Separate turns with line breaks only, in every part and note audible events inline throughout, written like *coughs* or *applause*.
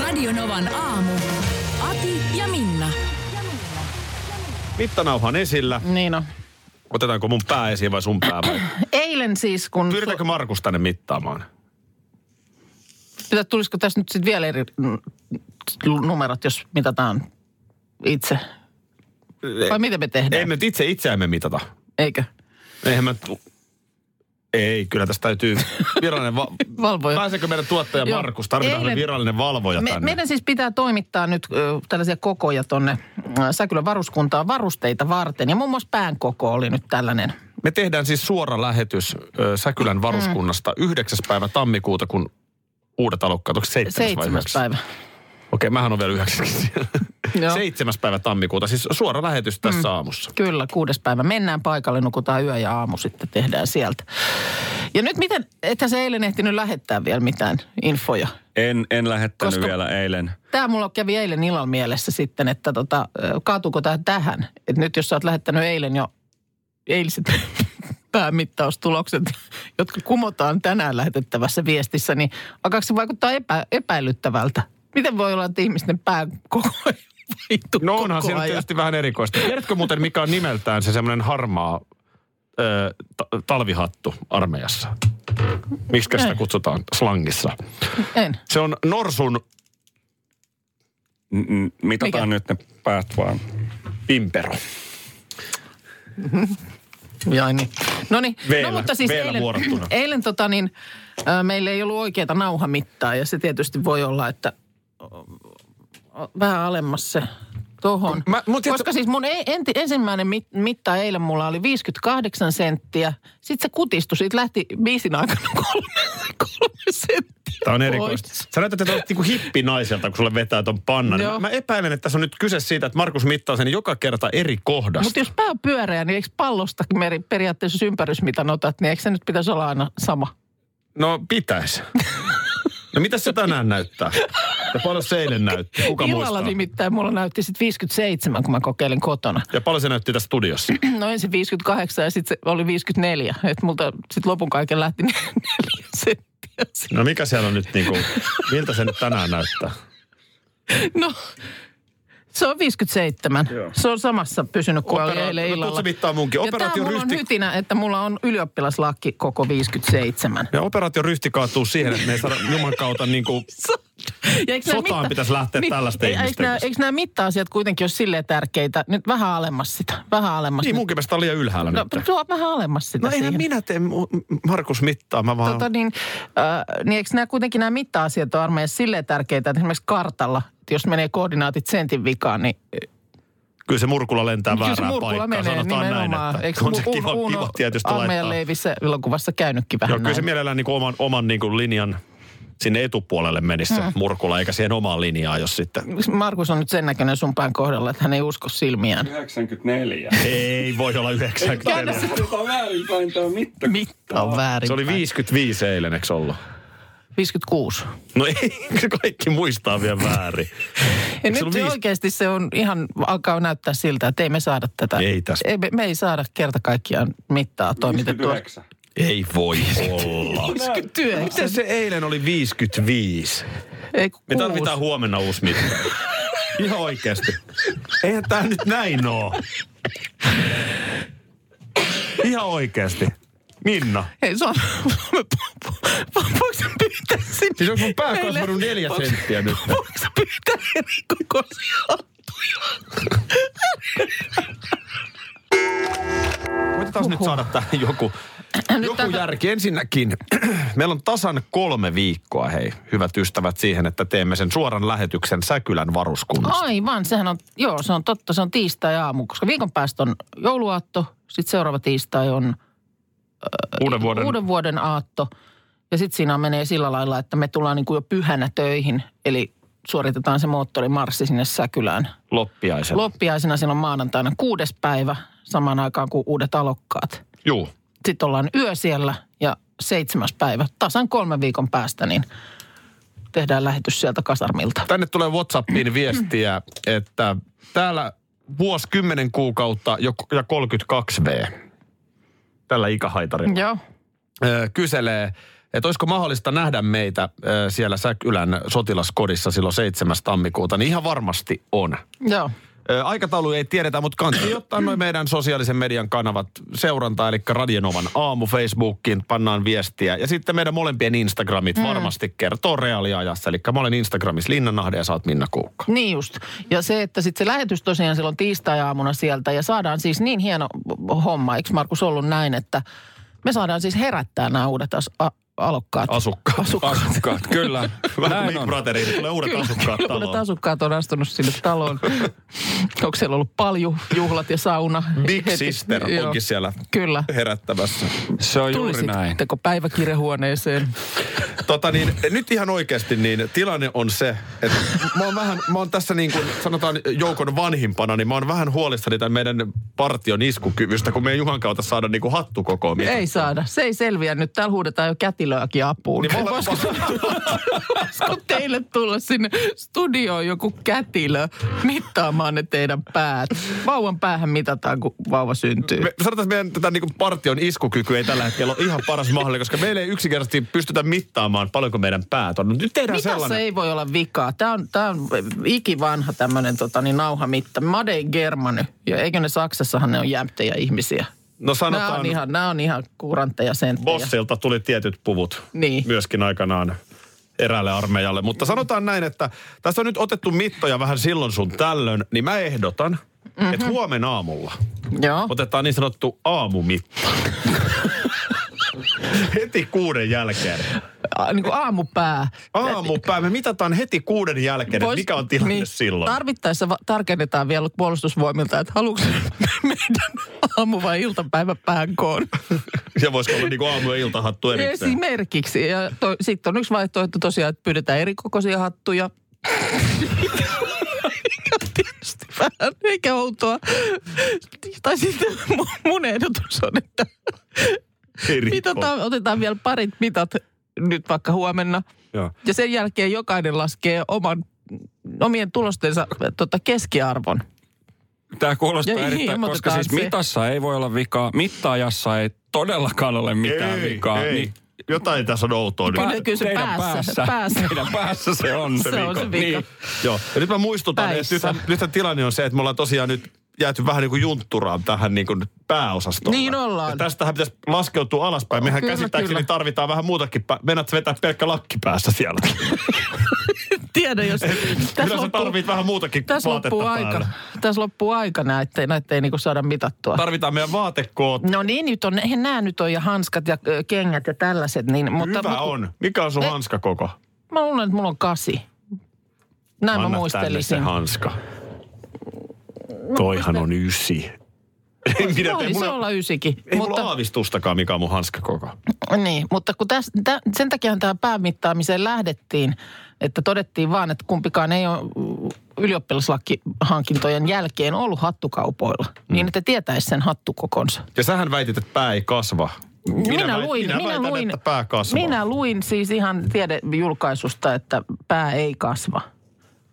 Radionovan aamu. Ati ja Minna.
Mittanauha on esillä.
Niin on.
Otetaanko mun pää esiin vai sun pää?
*coughs*
vai?
Eilen siis, kun...
Pyydetäänkö Markus tänne mittaamaan?
Pitä, tulisiko tässä nyt sitten vielä eri mm, numerot, jos mitataan itse? Vai miten me tehdään?
E- Ei me nyt itse itseämme mitata.
Eikö?
Eihän mä... tu- Ei, kyllä tästä täytyy virallinen... Va...
*laughs* Valvoja.
Pääseekö meidän tuottaja
Joo.
Markus? Tarvitaanko me
Eilen-
virallinen valvoja
Me,
tänne?
meidän siis pitää toimittaa nyt ö, tällaisia kokoja tonne ö, Säkylän varuskuntaan varusteita varten. Ja muun muassa pään koko oli nyt tällainen.
Me tehdään siis suora lähetys ö,
Mm.
Säkylän varuskunnasta 9. päivä tammikuuta, kun uudet alokkaat. Onko 7. vai
Seitsemäs
9?
päivä.
Okei, mähän on vielä 9.
Joo. Mm.
7. päivä tammikuuta, siis suora lähetys tässä aamussa.
Kyllä, kuudes päivä. Mennään paikalle, nukutaan yö ja aamu sitten tehdään sieltä. Ja nyt miten, ethän se eilen ehtinyt lähettää vielä mitään infoja.
En, en lähettänyt
Koska-
Koska... vielä eilen.
Tämä mulla kävi eilen illalla mielessä sitten, että tota, ö, kaatuuko tämä tähän? Että nyt jos sä oot lähettänyt eilen jo eiliset *laughs* päämittaustulokset, jotka kumotaan tänään lähetettävässä viestissä, niin alkaako se vaikuttaa epä, epäilyttävältä? Miten voi olla, että ihmisten pää koko ajan vaihtuu
No
koko
onhan se nyt
ajan?
tietysti vähän erikoista. Tiedätkö muuten, mikä on nimeltään se semmoinen harmaa ö, ta- talvihattu armeijassa? Miksi sitä
Ei.
kutsutaan slangissa?
En.
Se on norsun
N- n- Mitataan nyt ne päät vaan.
pimpero.
Jai niin. No niin,
Veellä-
no mutta siis
veellä
eilen,
vuorattuna.
*laughs* eilen tota niin, ö, meillä ei ollut oikeata nauhamittaa ja se tietysti voi olla, että ö, ö, vähän alemmas se tohon.
Mä- mut
Koska
tiedätkö-
siis mun e- enti, ensimmäinen mit, mitta eilen mulla oli 58 senttiä. Sitten se kutistui, siitä lähti biisin aikana *laughs* kolme, kolme senttiä
Tämä on
pois.
erikoista. Sä näytät, että olet niinku hippinaiselta, kun sulle vetää ton pannan.
Joo.
Mä, mä epäilen, että tässä on nyt kyse siitä, että Markus mittaa sen joka kerta eri kohdasta.
Mutta jos pää on pyöreä, niin eikö pallosta meri- periaatteessa jos ympärysmitan otat, niin eikö se nyt pitäisi olla aina sama?
No
*laughs*
pitäis. No mitä se tänään näyttää? Ja paljon se eilen näytti? Kuka
Illalla
muistaa?
nimittäin mulla näytti sit 57, kun mä kokeilin kotona.
Ja paljon se näytti tässä studiossa?
No ensin 58 ja sitten se oli 54. Että multa sitten lopun kaiken lähti *laughs* neljä senttiä. siitä.
No mikä siellä on nyt niinku, miltä se nyt tänään näyttää?
No, se on 57. Joo. Se on samassa pysynyt kuin oli
Opera-
eilen
no, tuut
illalla.
sä mittaa munkin.
ja tää
Operaatio
mulla on
ryhti-
hytinä, että mulla on ylioppilaslakki
*laughs*
koko 57.
Ja operaatio ryhti kaatuu siihen, että me ei saada Juman kautta niinku...
Ja eikö nää niin,
Sotaan pitäisi lähteä tällaisten
ei- Eikö
ihmisten
nämä,
kanssa.
eikö nämä mitta-asiat kuitenkin ole silleen tärkeitä? Nyt vähän alemmas sitä. Vähän alemmas.
Niin
nyt.
munkin mielestä on liian ylhäällä
no,
nyt.
tuo vähän alemmas sitä
No eihän
siihen.
minä tee mu- Markus mittaa, mä vaan...
Tota niin, äh, niin eikö nämä kuitenkin nämä mitta-asiat ole armeijassa silleen tärkeitä, että esimerkiksi kartalla, että jos menee koordinaatit sentin vikaan, niin
Kyllä se murkulla lentää
kyllä se
väärään
murkulla
paikkaan,
menee
sanotaan
nimenomaan.
näin, että
Eikö
on se
Uno-
kiva,
Uno
kiva tietysti
armeijan
laittaa.
leivissä elokuvassa käynytkin vähän
Joo, kyllä se
näin.
mielellään niinku oman, oman niinku linjan sinne etupuolelle menisi
Hmm.
se murkula, eikä siihen omaan linjaan, jos
*laughs*
sitten...
Markus on nyt sen näköinen sun pään kohdalla, että hän ei usko silmiään.
94.
Ei voi olla 90.
Tämä on väärinpäin tämä mitta.
Mitta on väärin.
Se oli 55 eilen, eikö ollut?
56.
No ei, se kaikki muistaa vielä väärin.
Ja
se
nyt
ollut
se
viis-
oikeasti se on ihan, alkaa näyttää siltä, että ei me saada tätä.
Ei tästä.
Ei, me, me ei saada kerta kaikkiaan mittaa toimitettua.
Ei voi olla.
59.
Miten se eilen oli 55?
Ei, kun
Me
kuusi.
tarvitaan huomenna uusi mitta. Ihan oikeasti. Eihän tää nyt näin oo. Ihan oikeasti. Minna.
Hei, se on... Voiko sä pyytää sinne?
Siis onko mun pää
meille-
kasvanut neljä
voiko-
senttiä nyt?
Voiko sä pyytää eri kokoisia hattuja?
Koitetaan nyt saada tähän joku, joku
täältä-
järki. Ensinnäkin, *clears throat* meillä on tasan kolme viikkoa, hei, hyvät ystävät, siihen, että teemme sen suoran lähetyksen Säkylän varuskunnasta.
Aivan, sehän on, joo, se on totta, se on tiistai-aamu, koska viikon päästä on jouluaatto, sitten seuraava tiistai on
Uuden vuoden
uuden vuoden aatto. Ja sitten siinä menee sillä lailla, että me tullaan niin kuin jo pyhänä töihin, eli suoritetaan se moottorimarssi sinne Säkylään.
Loppiaisen.
Loppiaisena silloin maanantaina kuudes päivä, samaan aikaan kuin uudet alokkaat.
Juu.
Sitten ollaan yö siellä ja seitsemäs päivä, tasan kolmen viikon päästä, niin tehdään lähetys sieltä kasarmilta.
Tänne tulee Whatsappiin viestiä, että täällä vuosi 10 kuukautta jo- ja 32 V. Tällä ikähaitarilla.
Joo.
Ö, Kyselee, että olisiko mahdollista nähdä meitä ö, siellä Säkylän sotilaskodissa silloin 7. tammikuuta. Niin ihan varmasti on.
Joo.
Ö, Aikataulu ei tiedetä, mutta kansi ottaa noin meidän sosiaalisen median kanavat seurantaa, eli Radionovan aamu Facebookiin, pannaan viestiä. Ja sitten meidän molempien Instagramit varmasti kertoo reaaliajassa. Eli mä olen Instagramissa Linnanahde ja sä oot Minna Kuukka.
Niin just. Ja se, että sitten se lähetys tosiaan silloin tiistai-aamuna sieltä ja saadaan siis niin hieno homma, eikö Markus ollut näin, että me saadaan siis herättää nämä uudet as- a- alokkaat.
Asukkaat.
asukkaat.
Asukkaat, *laughs* kyllä.
Vähän
Näin
kuin Big
on.
Brotheriin, tulee uudet asukkaat
Uudet
taloon.
asukkaat on astunut sinne
*laughs*
taloon. Onko siellä ollut paljon juhlat ja sauna?
Big
Heti-
Sister
Joo.
onkin siellä
Kyllä.
herättämässä.
Se on juuri näin.
Tulisitteko päiväkirjahuoneeseen?
Tota niin, nyt ihan oikeasti niin tilanne on se, että mä oon vähän, mä oon tässä niin kuin sanotaan joukon vanhimpana, niin mä oon vähän huolissani tämän meidän partion iskukyvystä, kun me ei Juhan kautta saada niin kuin hattu kokoon. mitään.
Ei saada. Se ei selviä nyt. Täällä huudetaan jo kätilöäkin apuun.
Niin mä olen,
Voisiko- Voisiko teille tulla sinne studioon joku kätilö mittaamaan ne teidän päät? Vauvan päähän mitataan, kun vauva syntyy.
me, sanotaan, että meidän tätä niin kuin partion iskukyky ei tällä hetkellä ole ihan paras mahdollinen, koska meillä ei yksinkertaisesti pystytä mittaamaan paljonko meidän päät on. Nyt tehdään
Mitä
sellainen.
se ei voi olla vikaa? Tämä on, tää on ikivanha tämmöinen tota, niin nauhamitta. Made in Germany. Ja eikö ne Saksassahan ne on jämptejä ihmisiä?
No
Nämä
sanotaan,
on ihan, nämä on ihan kurantteja senttejä.
Bossilta tuli tietyt puvut
Niin.
myöskin aikanaan eräälle armeijalle. Mutta sanotaan näin, että tässä on nyt otettu mittoja vähän silloin sun tällöin, niin mä ehdotan, mm-hmm. että huomenna aamulla
Joo.
otetaan niin sanottu aamumitta. heti kuuden jälkeen.
A, niin kuin aamupää.
Aamupää, me mitataan heti kuuden jälkeen, Vois,
Vois-
mikä on tilanne niin, silloin.
Tarvittaessa va- tarkennetaan vielä puolustusvoimilta, että haluatko *laughs* meidän aamu- vai iltapäivän päänkoon.
ja voisiko olla niin kuin aamu- ja iltahattu erikseen.
Esimerkiksi. Ja to, sitten on yksi vaihtoehto tosiaan, että pyydetään erikokoisia hattuja. Mikä on tietysti vähän eikä outoa. Tai sitten mun, mun ehdotus on, että
Niin Erikoinen.
mitataan, otetaan vielä parit mitat nyt vaikka huomenna.
Joo.
Ja sen jälkeen jokainen laskee oman, omien tulostensa tota, keskiarvon.
Tämä kuulostaa
Ja
erittäin, koska
ilmoitetaan
siis
se.
mitassa ei voi olla vikaa, mittaajassa ei todellakaan ole mitään
Ei,
vikaa.
ei.
Niin
Jotain tässä on outoa nyt.
Kyllä, No kyllä se
teidän
päässä,
päässä,
päässä.
Teidän päässä se on se,
Se on se vika.
Niin.
Joo, ja nyt mä muistutan,
Päissä.
että nythän, nythän tilanne on se, että me ollaan tosiaan nyt jääty vähän niin kuin juntturaan tähän niin kuin pääosastoon.
Niin ollaan.
Ja tästähän pitäisi laskeutua alaspäin. Mehän
Kyllä,
käsittääkseni
kyllä.
tarvitaan vähän muutakin. Pä- Meinaat sä vetää pelkkä lakki päässä siellä.
Tiedä, jos...
Niin. *laughs* Kyllä sä tarvit vähän muutakin
tässä
vaatetta
loppuu aika.
päällä.
Tässä loppuu aika näitä, näitä ei niinku saada mitattua.
Tarvitaan meidän vaatekoot.
No niin, nyt on, eihän nämä nyt on ja hanskat ja ö, kengät ja tällaiset. Niin, mutta,
Hyvä
mutta,
on. Mikä on sun hanskakoko?
Mä luulen, että mulla on kasi. Näin mä,
Anna tänne se
muistelisin.
hanska. Toihan on ysi. Ei minä tiedä,
Joo, niin se
mulla,
olla ysikin.
ei mulla
mutta,
aavistustakaan, mikä on mun hanskakoko.
niin, mutta kun täs, tä, sen takiahan tähän päämittaamiseen lähdettiin, että todettiin vaan, että kumpikaan ei ole ylioppilaslakihankintojen jälkeen ollut hattukaupoilla. Mm. Niin, että tietäisi sen hattukokonsa.
Ja sähän väitit, että pää ei kasva.
No, Minä,
väit-
luin,
minä,
minä,
väitän,
luin,
että pää kasvaa.
minä luin siis ihan tiedejulkaisusta, että pää ei kasva.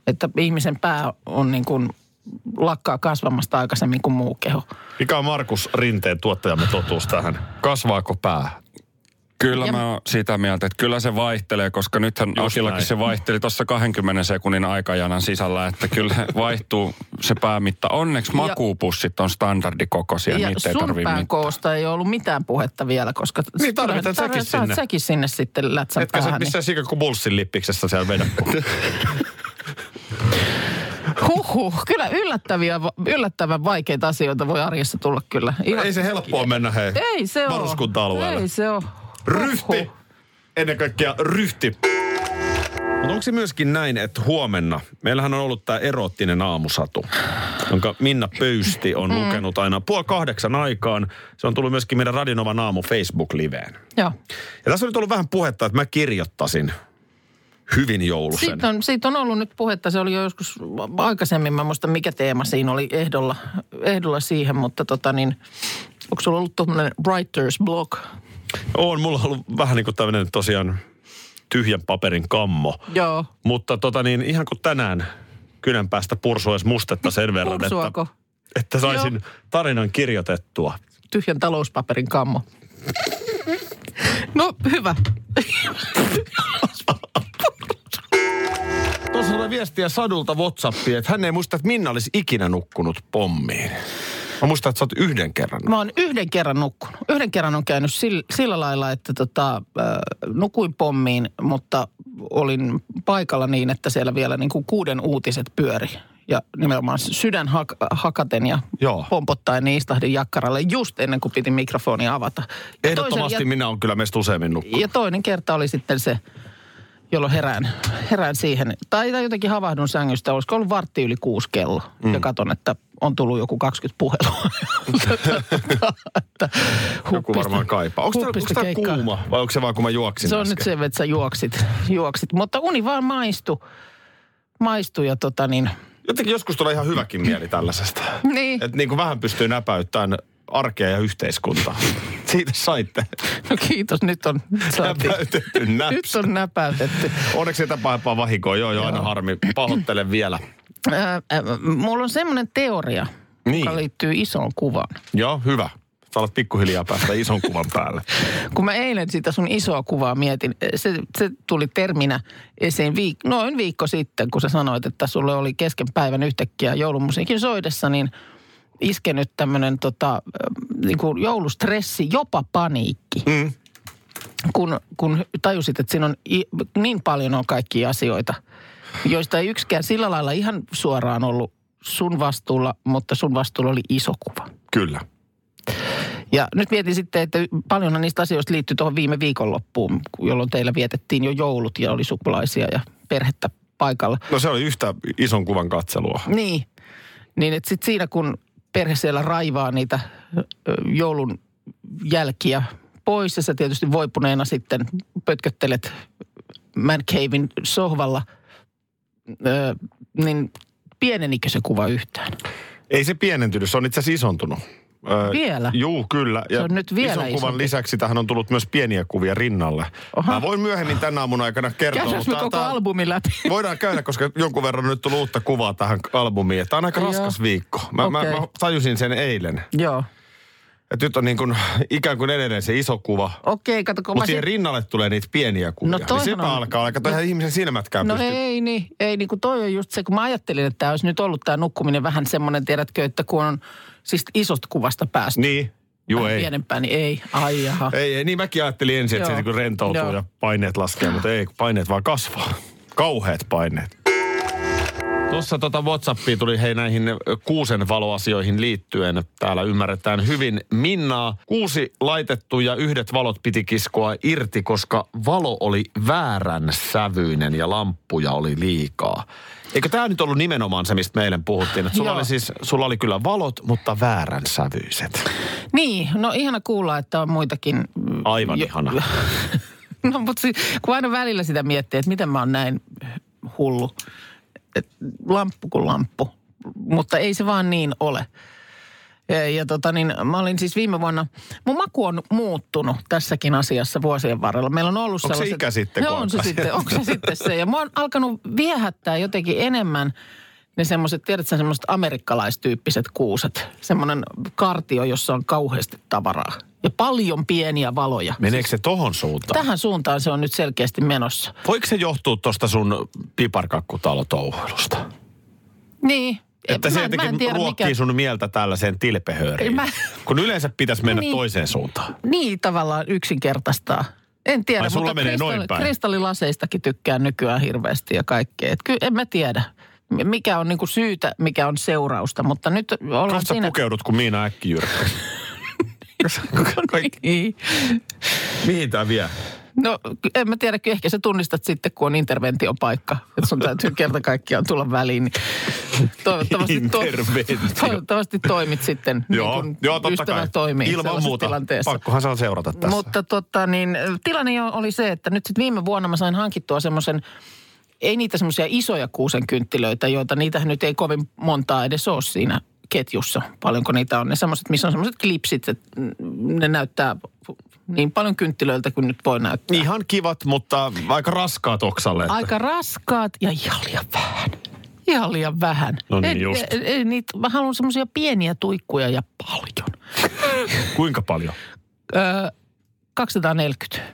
Että ihmisen pää on niin kuin lakkaa kasvamasta aikaisemmin kuin muu keho.
Mikä on Markus Rinteen tuottajamme totuus tähän? Kasvaako pää?
Kyllä
Ja-
mä oon sitä mieltä, että kyllä se vaihtelee, koska nythän
Just
Akillakin
näin.
se vaihteli tuossa 20 sekunnin aikajanan sisällä, että kyllä vaihtuu se päämitta. Onneksi makuupussit on standardikokoisia,
ja
niitä ei
sun
tarvii
pään
mittaa.
koosta ei ollut mitään puhetta vielä, koska
Niin, tarvitaan
Tarvi-
säkin
saat
sinne.
säkin sinne sitten lätsän
Etkä sä
päähän.
missään sikä kuin bulssin lippiksessä siellä
*laughs*
vedä.
niin- Huhhuh, kyllä yllättäviä, va- yllättävän vaikeita asioita voi arjessa tulla kyllä. Ihan-
ei se helppoa mennä hei.
ei se ole.
Varuskunta-alueelle.
Ei se ole.
Ryhti. Ennen kaikkea ryhti. Mutta onko se myöskin näin, että huomenna, meillähän on ollut tämä erottinen aamusatu, jonka Minna Pöysti
Mm.
on lukenut aina puoli kahdeksan aikaan. Se on tullut myöskin meidän Radinovan aamu Facebook-liveen.
Joo.
Ja tässä on nyt ollut vähän puhetta, että mä kirjoittasin hyvin joulusen.
Siitä on, siitä on ollut nyt puhetta, se oli jo joskus aikaisemmin, mä muistan mikä teema siinä oli ehdolla, ehdolla siihen, mutta tota niin, onko sulla ollut tuommoinen writer's block?
On, mulla on ollut vähän niin kuin tämmöinen tosiaan tyhjän paperin kammo.
Joo.
Mutta tota niin, ihan kuin tänään kynän päästä pursuaisi mustetta sen verran, että,
Pursuako?
että saisin
Joo.
tarinan kirjoitettua.
Tyhjän talouspaperin kammo. No, hyvä.
Tuossa tulee viestiä Sadulta Whatsappiin, että hän ei muista, että Minna olisi ikinä nukkunut pommiin. Mä muistan, että sä oot yhden kerran.
Mä oon yhden kerran nukkunut. Yhden kerran on käynyt sillä, sillä lailla, että tota, äh, nukuin pommiin, mutta olin paikalla niin, että siellä vielä niin kuin kuuden uutiset pyöri. Ja nimenomaan sydän hak- hakaten ja
Joo.
pompottaen niin istahdin jakkaralle just ennen kuin piti mikrofoni avata. Ja
Ehdottomasti
toisen-
minä on kyllä meistä useammin nukkunut.
ja, ja toinen kerta oli sitten se, jolloin herään, herään siihen. Tai, tai jotenkin havahdun sängystä, olisiko ollut vartti yli kuusi kello. Mm. Ja katon, että on tullut joku 20
*laughs*
puhelua. Että
Joku varmaan kaipaa. Onko tämä,
huppista
onko tämä
keikkaa.
kuuma vai onko se vaan kun mä juoksin
Se on
äsken?
nyt se, että sä juoksit. juoksit. Mutta uni vaan maistu. Maistu ja tota niin. *laughs*
Jotenkin joskus tulee ihan hyväkin mieli tällaisesta.
Niin.
Että niin kuin vähän pystyy näpäyttämään arkea ja yhteiskuntaa. Siitä saitte
No kiitos, nyt on saatiin.
näpäytetty
Nyt
näps.
on näpäytetty.
Onneksi sitä pahempaa vahinkoa. Joo, joo, aina harmi. Pahoittelen vielä.
Ää, ää, mulla on semmoinen teoria, niin. joka liittyy isoon kuvaan.
Joo, hyvä. Sä alat pikkuhiljaa päästä ison kuvan päälle.
Kun mä eilen sitä sun isoa kuvaa mietin, eh, se, se tuli terminä esiin viik- noin viikko sitten, kun sä sanoit, että sulle oli kesken päivän yhtäkkiä joulumusiikin soidessa, niin iskenyt tämmöinen tota, niin kuin joulustressi, jopa paniikki. Mm. Kun, kun tajusit, että siinä on i- niin paljon on kaikkia asioita, joista ei yksikään sillä lailla ihan suoraan ollut sun vastuulla, mutta sun vastuulla oli iso kuva.
Kyllä.
Ja nyt mietin sitten, että paljonhan niistä asioista liittyy tuohon viime viikonloppuun, jolloin teillä vietettiin jo joulut ja oli sukulaisia ja perhettä paikalla.
No se oli yhtä ison kuvan katselua.
Niin, niin että sitten siinä kun perhe siellä raivaa niitä ö, joulun jälkiä pois ja sä tietysti voipuneena sitten pötköttelet Man Cavein sohvalla, ö, niin pienenikö se kuva yhtään?
Ei se pienentynyt, se on itse asiassa isontunut. Öö,
Vielä?
Juu, kyllä.
Se on nyt vielä
ison kuvan
isompi.
lisäksi tähän on tullut myös pieniä kuvia rinnalle.
Oha.
Mä voin myöhemmin tänä aamun aikana kertoa.
Käydäänkö me
tää-
koko
tää-
albumin läpi?
Voidaan käydä, koska jonkun verran on nyt tullut uutta kuvaa tähän albumiin. Tämä on aika
Joo.
raskas viikko. Mä, mä,
Okei.
mä tajusin sen eilen.
Joo.
Että nyt on niin kuin, ikään kuin edelleen se iso kuva.
Okei, kato, kun mä
Mutta
sit-
siihen rinnalle tulee niitä pieniä kuvia.
No
niin
toihan
sitä
on-
alkaa olla. Kato, eihän ihmisen silmätkään
No
pysty.
ei niin, ei niin, kun toi on just se, kun mä ajattelin, että tämä olisi nyt ollut tämä nukkuminen vähän semmoinen, tiedätkö, että kun on siis isosta kuvasta päästy.
Niin, juu
vähän
ei.
Pienempään, niin ei. Ai jaha.
Ei, ei, niin mäkin ajattelin ensin, että
Joo.
se niin rentoutuu
Joo.
ja paineet laskee, mutta ei, kun paineet vaan kasvaa. Kauheat paineet. Tuossa tota Whatsappiin tuli hei näihin ö, kuusen valoasioihin liittyen. Täällä ymmärretään hyvin Minnaa. Kuusi laitettu ja yhdet valot piti kiskoa irti, koska valo oli väärän sävyinen ja lamppuja oli liikaa. Eikö tämä nyt ollut nimenomaan se, mistä meille puhuttiin? Että sulla,
Joo.
oli siis, sulla oli kyllä valot, mutta väärän sävyiset.
Niin, no ihana kuulla, että on muitakin. mm,
Aivan
jo-
ihana.
*laughs* No mutta si- kun aina välillä sitä miettii, että miten mä oon näin hullu. Et lamppu kuin lamppu. Mutta ei se vaan niin ole. Ja, ja tota niin, mä olin siis viime vuonna, mun maku on muuttunut tässäkin asiassa vuosien varrella. Meillä on ollut
Onko se
sellaiset...
ikä sitten, kun
No, on se
alkaa?
sitten, onko se sitten se. Ja mä oon alkanut viehättää jotenkin enemmän ne semmoiset, tiedätkö sä, semmoiset amerikkalaistyyppiset kuuset. Semmoinen kartio, jossa on kauheasti tavaraa. Ja paljon pieniä valoja.
Meneekö se tohon suuntaan?
Tähän suuntaan se on nyt selkeästi menossa.
Voiko se johtua tuosta sun piparkakkutalo-touhuilusta?
Niin.
Että
Mä-
se
mä en
jotenkin
tiedä,
ruokkii
mikä-
sun mieltä tällaiseen tilpehööriin.
Mä-
Kun yleensä pitäisi mennä
Niin.
toiseen suuntaan.
Niin tavallaan yksinkertaistaa. En tiedä,
Ai, sulla
mutta
menee noin päin.
kristallilaseistakin tykkään nykyään hirveästi ja kaikkea. Et kyllä en mä tiedä, m- mikä on niinku syytä, mikä on seurausta, mutta nyt ollaan
Kohta
siinä. *laughs*
pukeudut kuin Miina Äkkijyrkkä.
Niin.
Mihin tämä vie?
No en mä tiedä, ehkä sä tunnistat sitten, kun on intervention paikka. Että
*laughs*
sun täytyy kerta kaikkiaan tulla väliin. Niin Toivottavasti, to-
Interventio.
toivottavasti toimiit sitten
Joo,
niin kuin
joo, totta
ystävä
kai.
toimii
Ilman
sellaisessa
muuta.
tilanteessa.
Pakkohan se on seurata tässä.
Mutta tota, niin, tilanne jo oli se, että nyt sitten viime vuonna mä sain hankittua semmoisen, ei niitä semmoisia isoja kuusenkynttilöitä, joita niitähän nyt ei kovin montaa edes ole siinä ketjussa. Paljonko niitä on. Ne semmoiset, missä on semmoiset klipsit, että ne näyttää niin paljon kynttilöiltä kuin nyt voi näyttää.
Ihan kivat, mutta aika raskaat oksalle. että-
Aika raskaat ja ihan liian vähän. Ihan liian vähän.
No niin,
ei,
just.
ei, ei, niitä, mä haluan semmoisia pieniä tuikkuja ja paljon.
Kuinka paljon?
Öö, 240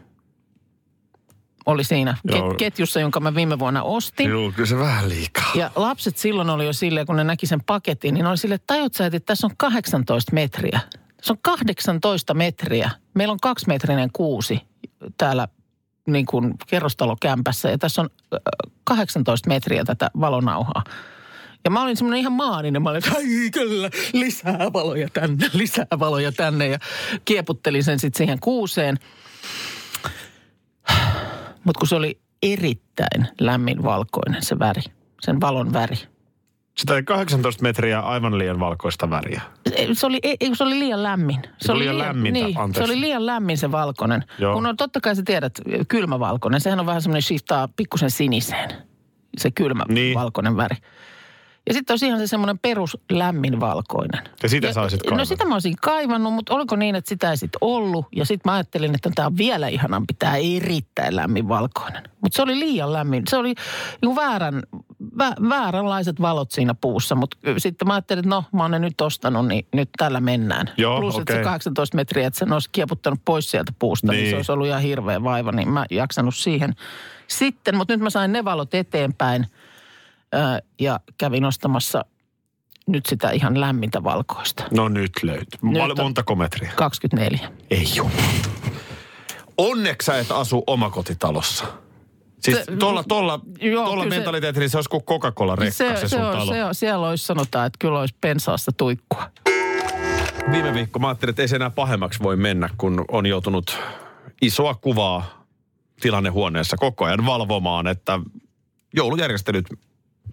oli siinä
Joo.
ket, ketjussa, jonka mä viime vuonna ostin.
Joo, kyllä se vähän liikaa.
Ja lapset silloin oli jo silleen, kun ne näki sen paketin, niin oli silleen, että tajut sä, että tässä on 18 metriä. Se on 18 metriä. Meillä on kaksimetrinen kuusi täällä niin kuin kerrostalokämpässä ja tässä on ö, 18 metriä tätä valonauhaa. Ja mä olin semmoinen ihan maaninen. Mä olin, että ai kyllä, lisää valoja tänne, *laughs* lisää valoja tänne. Ja kieputtelin sen sitten siihen kuuseen. Mutta kun se oli erittäin lämmin valkoinen se väri, sen valon väri.
Sitä ei 18 metriä aivan liian valkoista väriä.
Ei, Se oli, ei, se oli liian lämmin. Se
Eikö liian lämmintä?
niin, se
Anteeksi.
oli liian lämmin se valkoinen.
Joo.
Joo. Kun on totta kai sä tiedät, kylmävalkoinen, sehän on vähän semmoinen shiftaa pikkusen siniseen. Se kylmä
Niin.
niin. valkoinen väri. Ja sitten olisi ihan se semmoinen perus lämmin valkoinen.
Ja sitä sä olisit
No
kaivannut.
sitä mä olisin kaivannut, mutta oliko niin, että sitä ei sit ollut. Ja sitten mä ajattelin, että tämä on vielä ihanampi, tämä erittäin lämmin valkoinen. Mutta se oli liian lämmin. Se oli niin väärän, vä, vääränlaiset valot siinä puussa. Mutta sitten mä ajattelin, että no mä oon ne nyt ostanut, niin nyt tällä mennään.
Joo,
Plus, että
okei.
se 18 metriä, että sen olisi kieputtanut pois sieltä puusta, niin,
Niin.
niin se olisi ollut ihan hirveä vaiva. Niin mä jaksanut siihen sitten. Mutta nyt mä sain ne valot eteenpäin ö, ja kävin ostamassa nyt sitä ihan lämmintä valkoista.
No nyt löytyy. Nyt
Nyt
on...
on-
Montako metriä?
24.
Ei juu. Onneksi sä et asu omakotitalossa. Siis
Se-
tuolla, tuolla,
Joo,
tuolla
kyllä se-
mentaliteetillä niin se, se olisi kuin Coca-Cola-rekka se, se, sun
on-
talo.
se on, siellä olisi sanotaan, että kyllä olisi pensaasta tuikkua.
Viime viikko mä ajattelin, että ei se enää pahemmaksi voi mennä, kun on joutunut isoa kuvaa tilannehuoneessa koko ajan valvomaan, että joulujärjestelyt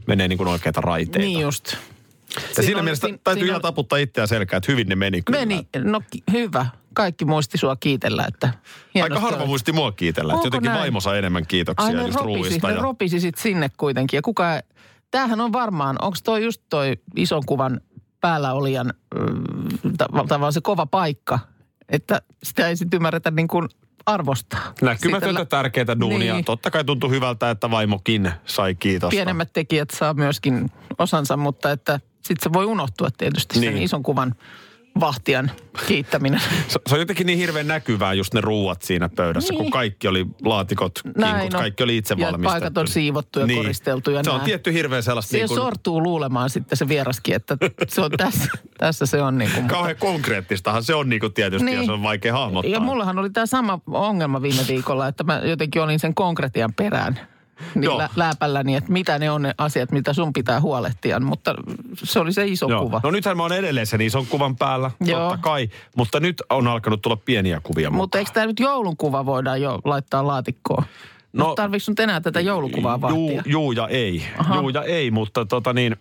menee niin kuin oikeita raiteita.
Niin just.
ja siinä
siinä oli-
mielessä
siinä-
täytyy
siinä
ihan
oli-
taputtaa itseään selkää, että hyvin ne meni kyllä.
Meni, no ki- hyvä. Kaikki muisti sua kiitellä, että
Aika harva muisti mua kiitellä, että
Onko
jotenkin
näin?
vaimo saa enemmän kiitoksia
Ai ne
just
ropisi,
ruuista.
ne ropisi sit sinne kuitenkin. Ja kuka, tämähän on varmaan, onko toi just toi ison kuvan päällä olijan mm, ta- tavallaan se kova paikka, että sitä ei sitten ymmärretä niin kuin arvostaa. Sitä
Näkymätöntä
lä-
tärkeää duunia.
Niin.
Totta kai tuntui hyvältä, että vaimokin sai kiitosta.
pienemmät tekijät saa myöskin osansa, mutta että sitten se voi unohtua tietysti niin. sen
Niin.
ison kuvan vahtian
*laughs*
kiittäminen.
Se, se on jotenkin niin hirveän näkyvää just ne ruuat siinä pöydässä, niin. kun
Niin.
kaikki oli laatikot, kinkut,
on.
kaikki oli itse
ja
valmistettu.
paikat on siivottu ja niin. koristeltu ja
Se on
näin.
tietty hirveän sellaista
Se
niin kuin,
sortuu luulemaan sitten se vieraskin, että se on tässä, tässä se on niin kuin.
kauhean konkreettistahan se on niin kuin tietysti niin. ja
Niin.
se on vaikea hahmottaa.
Ja mullahan oli tämä sama ongelma viime viikolla, että mä jotenkin olin sen konkretian perään.
Joo.
Niin lä- lääpälläni, että mitä ne on ne asiat, mitä sun pitää huolehtia, mutta se oli se iso
Joo.
kuva.
No nythän mä oon edelleen sen ison kuvan päällä,
Joo.
totta kai. Mutta nyt on alkanut tulla pieniä kuvia.
Mutta eikö tämä nyt joulun kuva voidaan jo laittaa laatikkoon?
No-
No, Mut tarviiko nyt enää tätä joulukuvaa
Juu,
vaatia?
juu ja ei. Aha.
Aha.
Juu ja ei, mutta tota niin,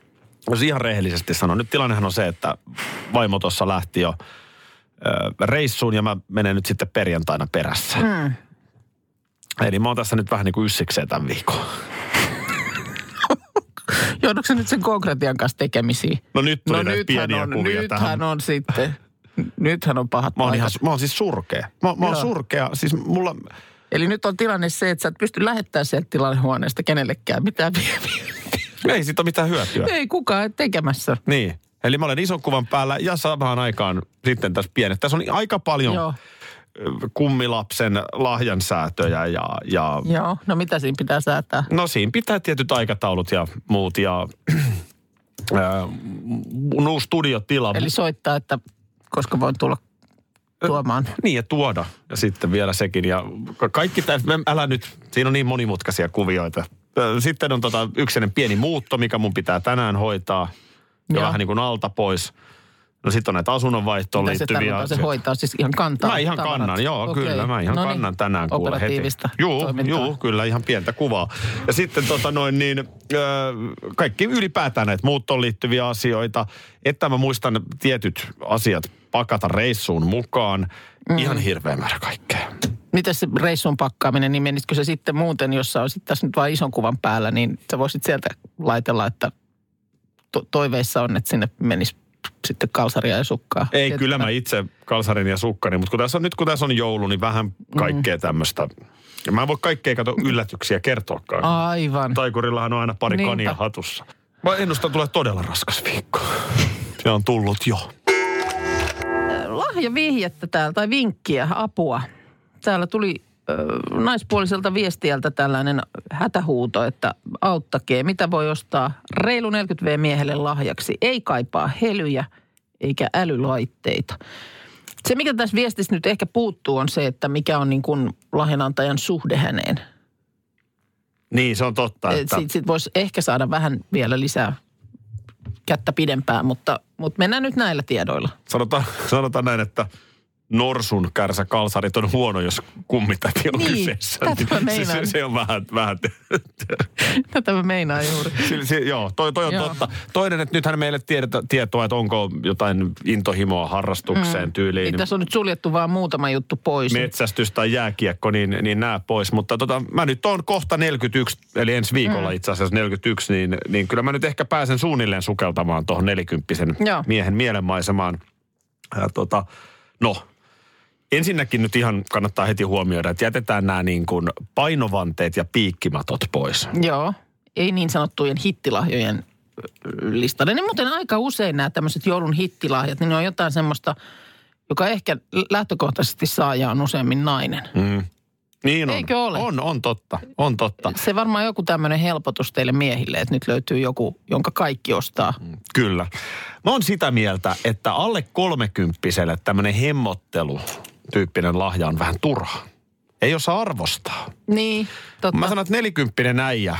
*clears throat* jos ihan rehellisesti sanon, nyt tilannehan on se, että vaimo tuossa lähti jo ö, reissuun ja mä menen nyt sitten perjantaina perässä. Mm.
Hmm.
Eli mä oon tässä nyt vähän niin kuin yssikseen tämän viikon.
Joudutko sä nyt sen konkretian kanssa tekemisiin?
No nyt tuli
No
näitä
nythän
pieniä
on,
kuvia
nythän
tähän.
on sitten. Nythän on pahat
Mä oon, ihan,
paikat.
mä oon siis surkea. Mä, mä oon
Joo.
surkea. Siis mulla,
Eli nyt on tilanne se, että sä et pysty lähettämään sieltä tilannehuoneesta kenellekään mitään viestiä.
ei siitä ole mitään hyötyä.
Ei kukaan ei tekemässä.
Niin. Eli mä olen ison kuvan päällä ja samaan aikaan sitten tässä pienet. Tässä on aika paljon Joo.
Joo.
kummilapsen lahjansäätöjä ja, ja
Joo, no mitä siinä pitää säätää?
No siinä pitää tietyt aikataulut ja muut ja *clears throat* ää, mun uusi studiotila.
Eli soittaa, että koska voin tulla tuomaan.
Niin ja tuoda ja sitten vielä sekin ja ka- kaikki tässä, älä nyt, siinä on niin monimutkaisia kuvioita. Ö, Sitten on tota yksinen pieni muutto, mikä mun pitää tänään hoitaa ja
Joo.
vähän niin kuin alta pois. No sitten on näitä asunnonvaihtoon
Mitä se
liittyviä
tarkoittaa? Se
asioita.
hoitaa siis ihan kantaa.
Mä ihan
tavarat.
kannan, joo,
Okei.
okay. kyllä, mä ihan
Noniin.
kannan tänään kuule heti.
Operatiivista
Juu,
toimintaa.
juu, kyllä, ihan pientä kuvaa. Ja sitten tota noin niin, ö, kaikki ylipäätään näitä muuttoon liittyviä asioita, että mä muistan tietyt asiat pakata reissuun mukaan. Mm. Ihan hirveä määrä kaikkea.
Miten se reissun pakkaaminen, niin menisikö se sitten muuten, jos sä olisit tässä nyt vain ison kuvan päällä, niin sä voisit sieltä laitella, että to- toiveissa on, että sinne menisi sitten kalsaria ja sukkaa.
Ei,
Tiedätkö?
kyllä mä itse kalsarin ja sukkani, mutta kun tässä on, nyt kun tässä on joulu, niin
Mm.
vähän kaikkea tämmöistä. Ja Mä en voi kaikkea kato yllätyksiä kertoakaan.
Aivan.
Taikurillahan on aina pari
Niinpä.
kania hatussa. Mä ennustan tulee todella raskas viikko. Se on tullut jo.
lahjavihjettä täällä tai vinkkiä, apua. Täällä tuli ö, naispuoliselta viestiältä tällainen hätähuuto, että auttakee. Mitä voi ostaa reilu 40V miehelle lahjaksi? Ei kaipaa helyjä eikä älylaitteita. Se, mikä tässä viestissä nyt ehkä puuttuu, on se, että mikä on niin kuin lahjanantajan suhde häneen.
Niin, se on totta. Että...
Sitten Äh, sit voisi ehkä saada vähän vielä lisää kättä pidempään, mutta, mutta mennään nyt näillä tiedoilla. *laughs*
Sanotaan, sanotaan näin, että norsun kärsä kalsarit on huono, jos kummität on
Niin,
kyseessä.
tätä mä
se, se,
meinaan.
se, on vähän, vähän
Tätä mä meinaan juuri.
Sillä, se, joo, toi, toi on
Joo.
totta. Toinen, että nythän meille tiedetä, tietoa, että onko jotain intohimoa harrastukseen mm. tyyliin.
Niin. Tässä on nyt suljettu vaan muutama juttu pois.
metsästys tai jääkiekko, niin, niin nämä pois. Mutta tota, mä nyt on kohta 41, eli ensi viikolla mm. itse asiassa 41, niin, niin kyllä mä nyt ehkä pääsen suunnilleen sukeltamaan tuohon nelikymppisen
Joo.
miehen mielenmaisemaan. Ja, tota, no, ensinnäkin nyt ihan kannattaa heti huomioida, että jätetään nämä niin kuin painovanteet ja piikkimatot pois.
Joo, ei niin sanottujen hittilahjojen ö, listalle. Ne muuten aika usein nämä tämmöiset joulun hittilahjat, niin ne on jotain semmoista, joka ehkä lähtökohtaisesti saaja on useammin nainen.
Niin on.
Eikö ole?
On, on totta, on totta.
Se varmaan joku tämmöinen helpotus teille miehille, että nyt löytyy joku, jonka kaikki ostaa.
Mm. Kyllä. Mä oon sitä mieltä, että alle kolmekymppiselle tämmöinen hemmottelu tyyppinen lahja on vähän turha. Ei osaa arvostaa.
Niin, totta.
Mä sanon, että nelikymppinen äijä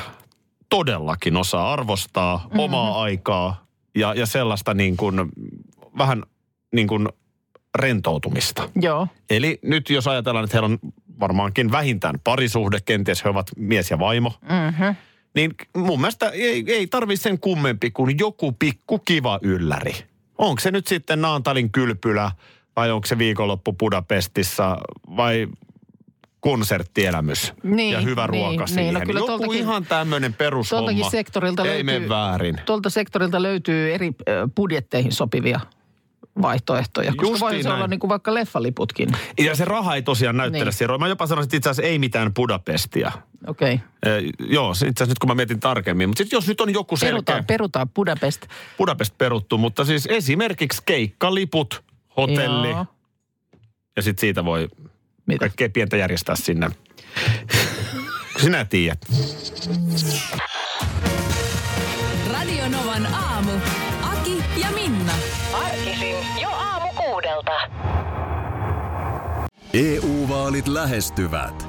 todellakin osaa arvostaa mm-hmm. omaa aikaa ja, ja sellaista niin kuin, vähän niin kuin rentoutumista.
Joo,
Eli nyt jos ajatellaan, että heillä on varmaankin vähintään parisuhde, kenties he ovat mies ja vaimo,
mhm.
niin mun mielestä ei, ei tarvi sen kummempi kuin joku pikku kiva ylläri. Onko se nyt sitten Naantalin kylpylä vai onko se viikonloppu Budapestissa vai konserttielämys
Niin,
ja hyvä
niin,
ruoka
niin.
siihen.
No kyllä
Joku
tuoltakin-
ihan tämmöinen perushomma.
tuoltakin sektorilta
Ei
löytyy-
mene väärin.
Tuolta sektorilta löytyy eri ö, budjetteihin sopivia vaihtoehtoja.
Justiin
Koska voi se
näin.
olla niin kuin vaikka leffaliputkin.
Ja se raha ei tosiaan näyttele
Niin.
niin. Mä jopa sanoisin, että itse asiassa ei mitään Budapestia.
Okei.
Eh, joo, se itse asiassa nyt kun mä mietin tarkemmin. Mutta sitten jos nyt on joku selkeä...
Perutaan, perutaan Budapest.
Budapest peruttu, mutta siis esimerkiksi keikkaliput, hotelli
Joo.
ja sitten siitä voi
Mitä?
kaikkea pientä järjestää sinne. Sinä tiedät.
Radio Novan aamu. Aki ja Minna.
Arkisin jo aamu kuudelta.
EU-vaalit E lähestyvät.